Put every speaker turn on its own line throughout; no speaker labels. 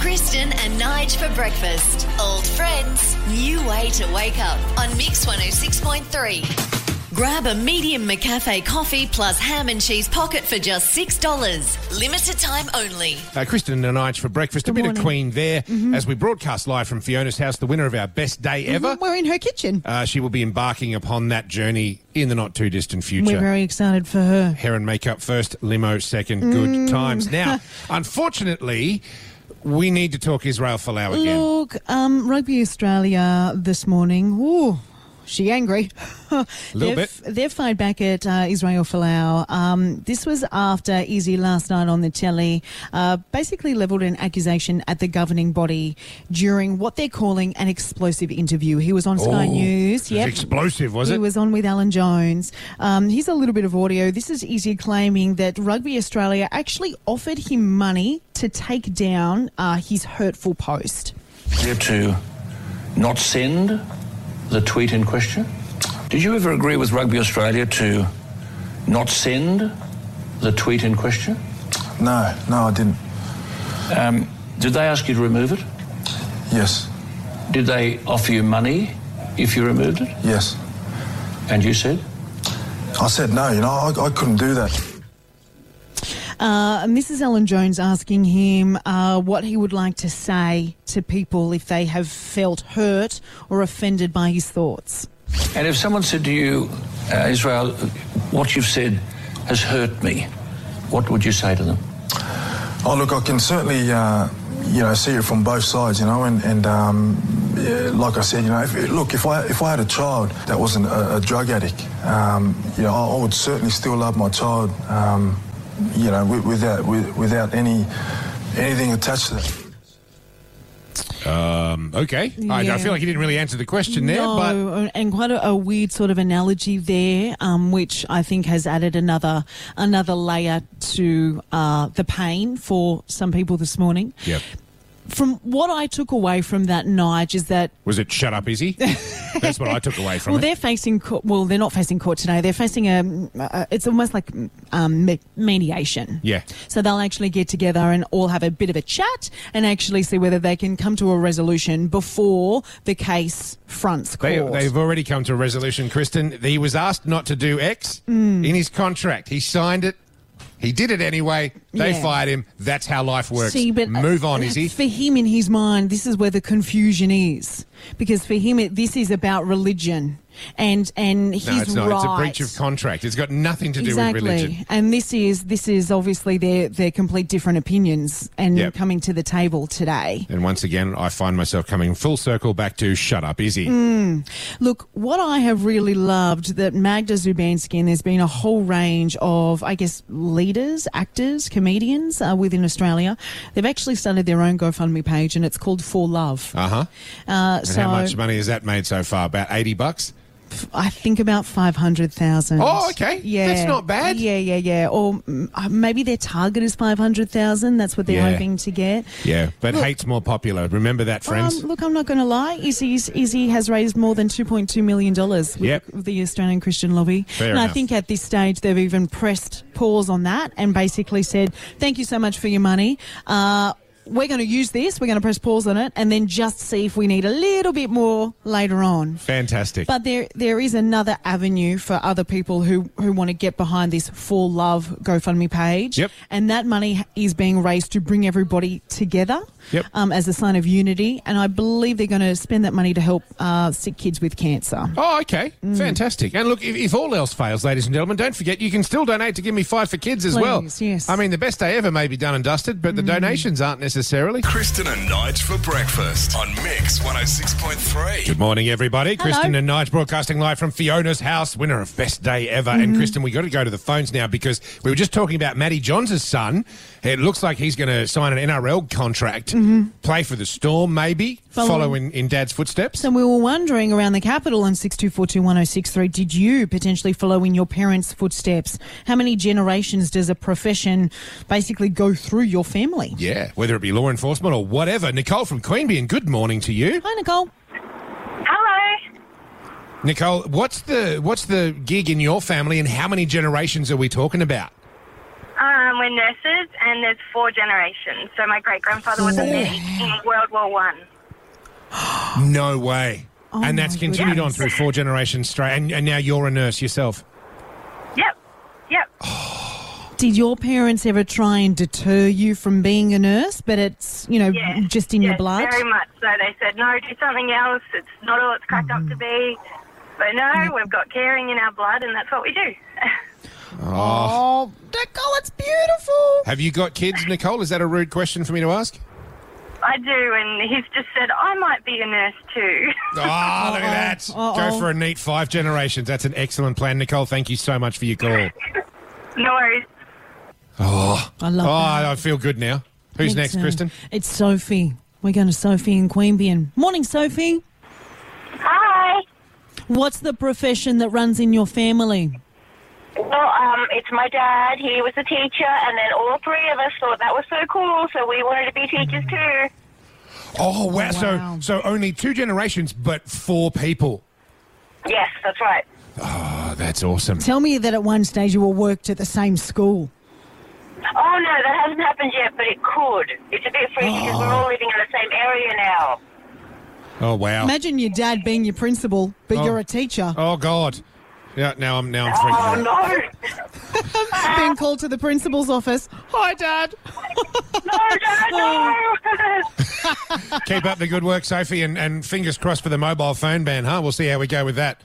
Kristen and Nige for breakfast. Old friends, new way to wake up on Mix 106.3. Grab a medium McCafe coffee plus ham and cheese pocket for just $6. Limited time only.
Uh, Kristen and Nige for breakfast. a
Good
bit of
morning. Mm-hmm.
Queen there as we broadcast live from Fiona's house, the winner of our best day ever.
We're in her kitchen.
Uh, she will be embarking upon that journey in the not too distant future.
We're very excited for her.
Hair and makeup first, limo second.
Mm.
Good times. Now, unfortunately, we need to talk Israel Folau again.
Look, um, Rugby Australia this morning. Ooh, she angry.
Little
they've, They've fired back at uh, Israel Folau. Um, this was after Izzy last night on the telly uh, basically levelled an accusation at the governing body during what they're calling an explosive interview. He was on Sky
Oh,
News.
It was explosive, was
he
it?
was on with Alan Jones. Um, here's a little bit of audio. This is Izzy claiming that Rugby Australia actually offered him money to take down uh, his hurtful post.
clear to not send the tweet in question? Did you ever agree with Rugby Australia to not send the tweet in question?
No, no, I didn't.
Um, did they ask you to remove it?
Yes,
Did they offer you money if you removed it?
yes.
And you said?
I said no, you know, I, I couldn't do that.
Uh, Mrs. Alan Jones asking him uh, what he would like to say to people if they have felt hurt or offended by his thoughts.
And if someone said to you, uh, Israel, what you've said has hurt me, what would you say to them?
Oh, look, I can certainly, uh, you know, see it from both sides, you know, and, and um, yeah, like I said, you know, if, look, if I, if I had a child that wasn't a, a drug addict, um, you know, I, I would certainly still love my child, um, you know, wi- without, wi- without any, anything attached to that.
Um, okay. I, I
Yeah.
feel like he didn't really answer the question there, but.
no, and quite a, a weird sort of analogy there, um, which I think has added another another layer to uh, the pain for some people this morning.
Yep.
From what I took away from that, Nige, is that
Was it shut up, Izzy? That's what I took away from
well,
it.
they're facing court. Well, they're not facing court today. They're facing a. Uh, it's almost like um, me- mediation.
Yeah.
So they'll actually get together and all have a bit of a chat and actually see whether they can come to a resolution before the case fronts
They,
court.
they've already come to a resolution, Kristen. He was asked not to do X
Mm.
in his contract. He signed it. He did it anyway. They
Yeah.
fired him. That's how life works.
See, but uh,
Move on, Izzy.
For him, in his mind, this is where the confusion is, because for him, it, this is about religion, and and his
No, it's not.
right.
It's a breach of contract. It's got nothing to do
exactly.
with religion.
And this is this is obviously their their complete different opinions and
Yep.
coming to the table today.
And once again, I find myself coming full circle back to shut up, Izzy.
Mm. Look, what I have really loved that Magda Zubanski and there's been a whole range of, I guess, leaders, actors, comedians uh, within Australia. They've actually started their own GoFundMe page, and it's called For Love.
Uh huh.
Uh,
And
so
how much money has that made so far? About 80 bucks?
I think about five hundred thousand.
Oh, okay.
Yeah,
That's not bad.
Yeah, yeah, yeah. Or mm, uh, maybe their target is five hundred thousand. That's what they're
Yeah.
hoping to get.
Yeah, but
Look-
hate's more popular. Remember that,
Um,
friends?
look, I'm not going to lie. Izzy's, Izzy has raised more than 2.2 million dollars with
Yep.
the- with the Australian Christian Lobby,
Fair
and
enough.
I think at this stage they've even pressed pause on that and basically said, "Thank you so much for your money." Uh, we're going to use this. We're going to press pause on it, and then just see if we need a little bit more later on.
Fantastic.
But there, there is another avenue for other people who, who want to get behind this For Love GoFundMe page.
Yep.
And that money is being raised to bring everybody together
Yep.
um, as a sign of unity. And I believe they're going to spend that money to help uh, sick kids with cancer.
Oh, okay.
Mm.
Fantastic. And look, if, if all else fails, ladies and gentlemen, don't forget you can still donate to Give Me Five for Kids as well.
Please, yes. Mm.
I mean, the best day ever may be done and dusted, but the donations aren't necessarily.
Kristen and Nige for breakfast on Mix 106.3.
Good morning, everybody.
Hello.
Kristen and Nige broadcasting live from Fiona's house, winner of Best Day Ever.
Mm-hmm.
And Kristen, we got to go to the phones now because we were just talking about Matty Johns' son. It looks like he's going to sign an NRL contract,
Mm-hmm.
play for the Storm, maybe,
Follow
follow
him.
in, in Dad's footsteps.
And we were wondering around the capital on 62421063, did you potentially follow in your parents' footsteps? How many generations does a profession basically go through your family?
Yeah, whether it be law enforcement or whatever. Nicole from Queanbeyan, good morning to you.
Hi, Nicole.
Hello.
Nicole, what's the what's the gig in your family, and how many generations are we talking about?
Um, we're nurses, and there's four generations. So my great grandfather was a
Four.
medic in World War One.
No way.
Oh
and that's
my
continued on
goodness.
through four generations straight. And, and now you're a nurse yourself.
Yep, yep.
Oh, Did your parents ever try and deter you from being a nurse, but it's, you know,
Yeah,
just in your
yes,
blood?
Very much. So they said, no, do something else. It's not all it's cracked up
Mm-hmm.
to be. But no, we've got caring in our blood, and that's what we do.
Oh, Nicole, it's beautiful.
Have you got kids, Nicole? Is that a rude question for me to ask?
I do, and he's just said, I might be a nurse too.
Ah, look at that.
Uh-oh.
Go for a neat five generations. That's an excellent plan, Nicole. Thank you so much for your call.
no worries.
I love
Oh,
that.
I feel good now. Who's
It's,
next,
uh,
Kristen?
It's Sophie. We're going to Sophie in Queanbeyan. Morning, Sophie.
Hi.
What's the profession that runs in your family?
Well, um, it's my dad. He was a teacher, and then all three of us thought that was so cool, so we wanted to be teachers
Mm-hmm.
too.
Oh, wow.
wow.
So, so only two generations, but four people.
Yes, that's right.
Oh, that's awesome.
Tell me that at one stage you all worked at the same school.
Oh no, that hasn't happened yet, but it could. It's a bit freaky because we're all living in the same area now.
Oh, wow.
Imagine your dad being your principal, but
Oh.
you're a teacher.
Oh, God. Yeah, now I'm now I'm
Oh
freaking out.
no,
Being called to the principal's office. Hi, Dad.
no, dad, no!
Keep up the good work, Sophie, and, and fingers crossed for the mobile phone ban, huh? We'll see how we go with that.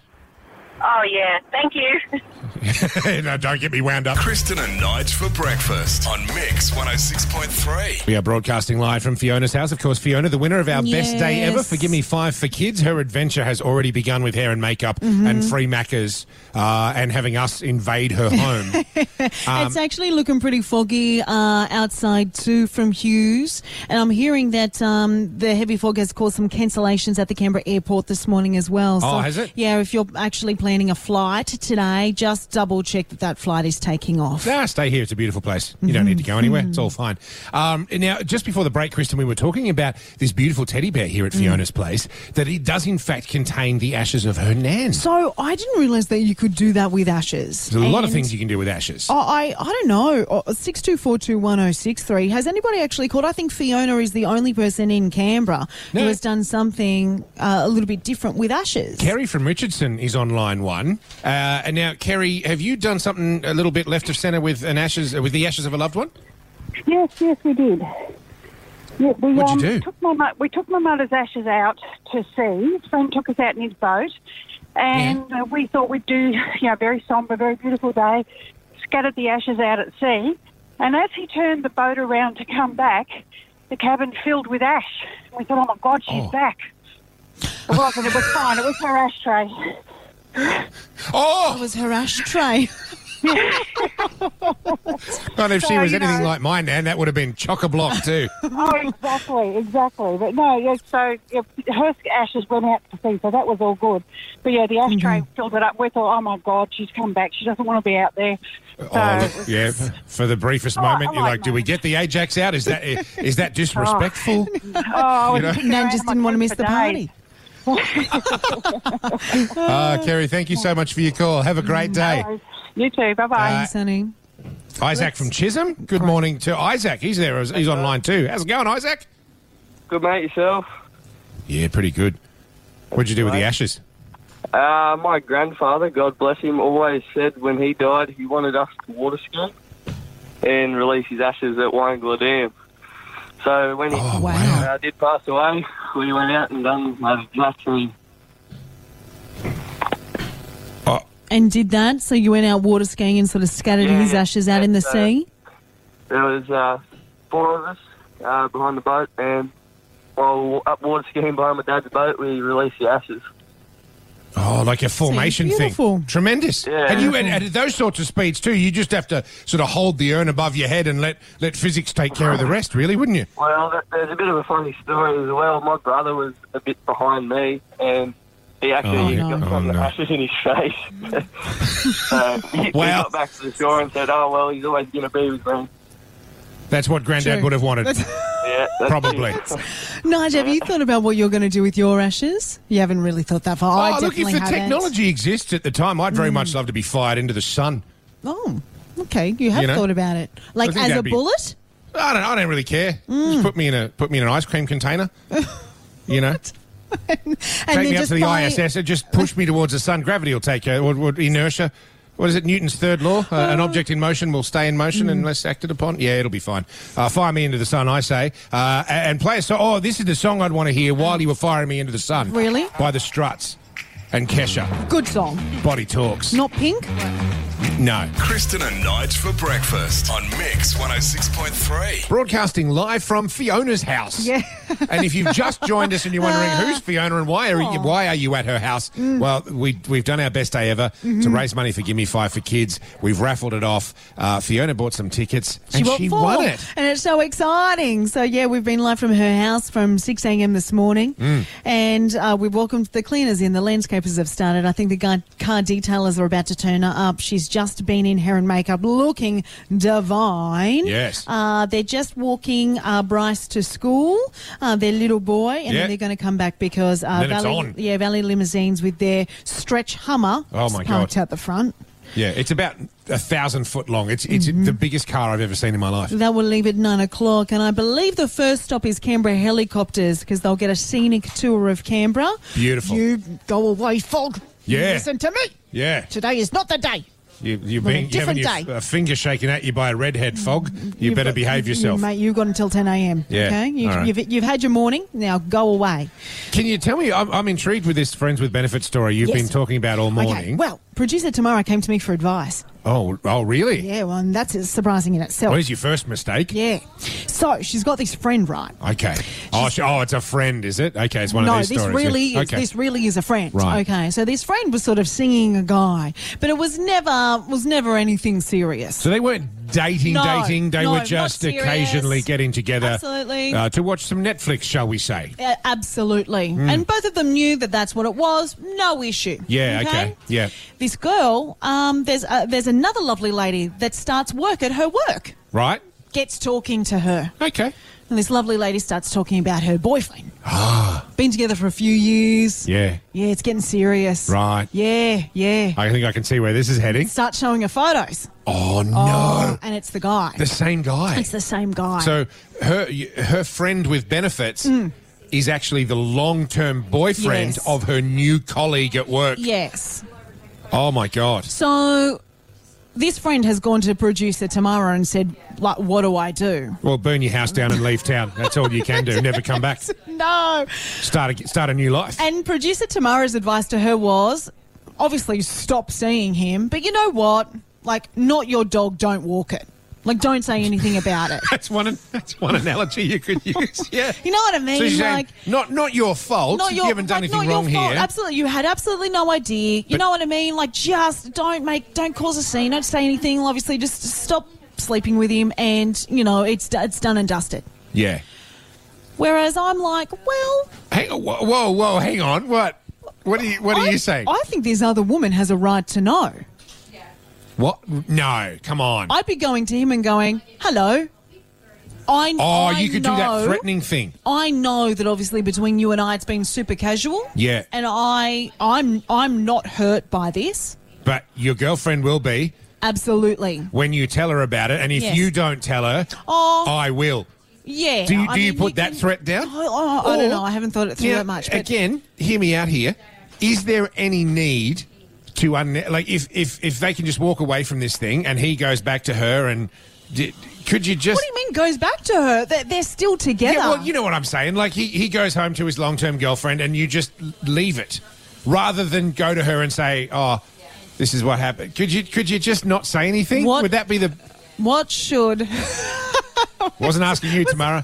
oh yeah, thank you.
no, don't get me wound up.
Kristen and Nige for breakfast on Mix 106.3.
We are broadcasting live from Fiona's house. Of course, Fiona, the winner of our best day ever
Yes.
for Gimme Five for Kids. Her adventure has already begun with hair and makeup and free Maccas uh, and having us invade her home. Um,
it's actually looking pretty foggy uh, outside too from Hughes, and I'm hearing that um, the heavy fog has caused some cancellations at the Canberra airport this morning as well.
Oh, has it?
Yeah, if you're actually planning a flight today, just double check that that flight is taking off.
Ah, stay here. It's a beautiful place. You don't need to
Mm-hmm.
go anywhere. It's all fine. Um, and now, just before the break, Kristen, we were talking about this beautiful teddy bear here at
Mm.
Fiona's place that it does, in fact, contain the ashes of her nan.
So I didn't realize that you could do that with ashes.
There's a lot of
And-
things you can do with ashes.
Oh, I, I don't know. Oh, Six two four two one zero six three. Has anybody actually called? I think Fiona is the only person in Canberra
No.
who has done something uh, a little bit different with ashes.
Kerry from Richardson is on line one. Uh, and now, Kerry, have you done something a little bit left of centre with an ashes with the ashes of a loved one?
Yes, yes, we did. Yeah, we,
What'd you
um,
do?
Took my, mo- we took my mother's ashes out to sea. A friend took us out in his boat, and uh, we thought we'd do, you know, a very somber, very beautiful day. Scattered the ashes out at sea, and as he turned the boat around to come back, the cabin filled with ash. We thought, oh my God, she's
Oh.
back. It wasn't. It was fine. It was her ashtray.
Oh!
It was her ashtray.
God, if she
So,
was
you
anything
know-
like mine, Nan, that would have been chock a block, too.
Oh, exactly, exactly. But no, yeah, so yeah, her ashes went out to sea, so that was all good. But yeah, the
Mm-hmm.
ashtray filled it up. We thought, oh my God, she's come back. She doesn't want to be out there. So,
Oh, look, yeah. f- For the briefest moment,
Oh, I
you're
like
like, "Do we get the Ajax out? Is that is that disrespectful?"
oh, I was
You know?
kicking
Nan
around
just
my
didn't want to
feet
miss
for
the
days.
party.
Ah, Kerry, thank you so much for your call. Have a great day.
You too. Bye bye.
Uh,
Sunny.
Isaac from Chisholm. Good morning to Isaac. He's there. He's on line too. How's it going, Isaac?
Good mate yourself.
Yeah, pretty good. What'd you do with the ashes?
Uh, my grandfather, God bless him, always said when he died he wanted us to water ski and release his ashes at Wangla Dam. So when he
Oh,
Wow.
wow.
uh, did pass away, we went out and done that exact thing.
And did that? So you went out water skiing and sort of scattered
Yeah,
his ashes out in the
that's, uh,
sea?
There was uh, four of us uh, behind the boat, and while up water skiing behind my dad's boat, we released the ashes.
Oh, like a formation
beautiful.
thing. Tremendous.
Yeah.
And you and, and at those sorts of speeds too, you just have to sort of hold the urn above your head and let let physics take care of the rest, really, wouldn't you?
Well, that, there's a bit of a funny story as well. My brother was a bit behind me, and he actually
Oh, no.
got
Oh,
some
no.
ashes in his face. so he, he
Wow.
got back to the shore and said, "Oh well, he's always going to be with me."
That's what Granddad
True.
would have wanted,
Yeah, that's
probably.
it.
Nigel, have you thought about what you're going to do with your ashes? You haven't really thought that far. I
oh, look,
definitely Hmm.
if the
haven't.
technology exists at the time, I'd very much love to be fired into the sun.
Oh, Okay, you have
You know?
thought about it. Like
think
as a
that'd be-
bullet?
I don't. I don't really care. Just put me in a put me in an ice cream container. you know,
And
take
then
me up
just
to the
by-
ISS and just push me towards the sun. Gravity will take you. What, what inertia? What is it? Newton's third law: uh, an object in motion will stay in motion
Mm.
unless acted upon. Yeah, it'll be fine. Uh, fire me into the sun, I say, uh, a- and play a song. Oh, this is the song I'd want to hear while you were firing me into the sun.
Really?
By the Struts and Kesha.
Good song.
Body talks.
Not pink?
No.
Kristen and Nige for breakfast on Mix 106.3.
Broadcasting live from Fiona's house.
Yeah.
and if you've just joined us and you're wondering who's Fiona and why are you, why are you at her house?
Mm.
Well, we we've done our best day ever to
Mm-hmm.
raise money for Gimme Five for Kids. We've raffled it off. Uh, Fiona bought some tickets and she
four.
won it.
And it's so exciting. So, yeah, we've been live from her house from 6 a.m. this morning.
Mm.
And uh, we've welcomed the cleaners in. The landscapers have started. I think the guy, car detailers are about to turn her up. She's just been in hair and makeup looking divine.
Yes.
Uh, they're just walking uh, Bryce to school, uh, their little boy. And
Yeah.
then they're going to come back because uh,
Then it's
Valley,
on.
Yeah, Valley Limousines with their stretch Hummer
Oh,
is
my
parked
God.
out the front.
Yeah, it's about a thousand foot long. It's it's
Mm-hmm.
the biggest car I've ever seen in my life.
That will leave at nine o'clock, and I believe the first stop is Canberra helicopters because they'll get a scenic tour of Canberra.
Beautiful.
You go away, fog. You
Yeah.
Listen to me.
Yeah,
Today is not the day.
you, you're
Well, a
being you're having your
different day. Mm-hmm.
f- uh, finger shaken at you by a redhead fog. You
You've
better
got-
behave
you-
yourself.
mate. You've got until ten a.m.
Yeah,
Okay. You,
all right.
you've, you've had your morning. Now go away.
Can you tell me? I'm, I'm intrigued with this friends with benefits story you've
Yes.
been talking about all morning.
Okay. Well, producer Tamara came to me for advice.
oh, oh, really?
Yeah. Well, and that's surprising in itself.
What is your first mistake?
Oh. yeah. So she's got this friend, right?
Okay. Oh, sh- oh, it's a friend, is it? Okay, it's one
no,
of these
this
stories.
really
yeah.
is
okay.
this really is a friend.
Right.
Okay, so this friend was sort of singing a guy, but it was never was never anything serious.
so they weren't dating,
No,
dating. They
no,
were
not
just
serious.
occasionally getting together
Absolutely.
Uh, to watch some Netflix, shall we say?
Uh, absolutely,
Hmm.
and both of them knew that that's what it was. No issue.
Yeah, okay. Yeah.
This girl, um, there's uh, there's another lovely lady that starts work at her work,
Right?
gets talking to her,
Okay.
and this lovely lady starts talking about her boyfriend. Been together for a few years.
Ah. Yeah.
Yeah, it's getting serious.
Right. Uh
Yeah, yeah.
I think I can see where this is heading.
Start showing her photos.
Oh, no.
And it's the guy.
The same guy.
It's the same guy. Mm.
So her her friend with benefits is actually the long term boyfriend
Yes.
of her new colleague at work.
yes.
Oh, my God.
So this friend has gone to producer Tamara and said, like, what do I do?
Well, burn your house down and leave town. That's all you can do. Never come back.
No.
Start a, start a new life.
And producer Tamara's advice to her was obviously stop seeing him, but you know what? Like, not your dog, don't walk it. Like, don't say anything about it.
That's one. That's one analogy you could use. Yeah.
You know what I
So
mean?
she's saying,
like,
not not your fault.
not your,
you haven't done
like,
anything
not
wrong
your fault.
here.
Absolutely, you had absolutely no idea. You
But-
know what I mean? Like, just don't make, don't cause a scene. Don't say anything. Obviously, just stop sleeping with him, and you know it's it's done and dusted.
Yeah.
Whereas I'm like, well,
Hang on. Whoa, whoa, whoa, hang on. What? What are you? What are
I,
you saying?
I think this other woman has a right to know.
what? No. Come on.
I'd be going to him and going, hello. I,
oh,
I
you could do
know-
that threatening thing.
I know that obviously between you and I, it's been super casual.
Yeah.
And I, I'm, I'm not hurt by this.
But your girlfriend will be
Absolutely.
when you tell her about it, and if
Yes.
you don't tell her,
Oh.
I will.
Yeah.
Do you, do
I
you
mean,
put that
can-
threat down?
Oh, oh, I don't
Or-
know. I haven't thought it through
Now,
that much. But
Again, hear me out here. Is there any need to un like if if if they can just walk away from this thing and he goes back to her and d- could you just
what do you mean goes back to her? They're, they're still together.
yeah, well, you know what I'm saying. Like he he goes home to his long term girlfriend and you just l- leave it rather than go to her and say, oh. This is what happened. Could you could you just not say anything?
What-
Would that be the?
what should?
Wasn't asking you, Tamara.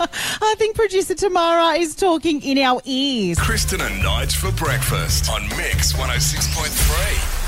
I think producer Tamara is talking in our ears.
oh Kristen and Nige for breakfast on Mix 106.3.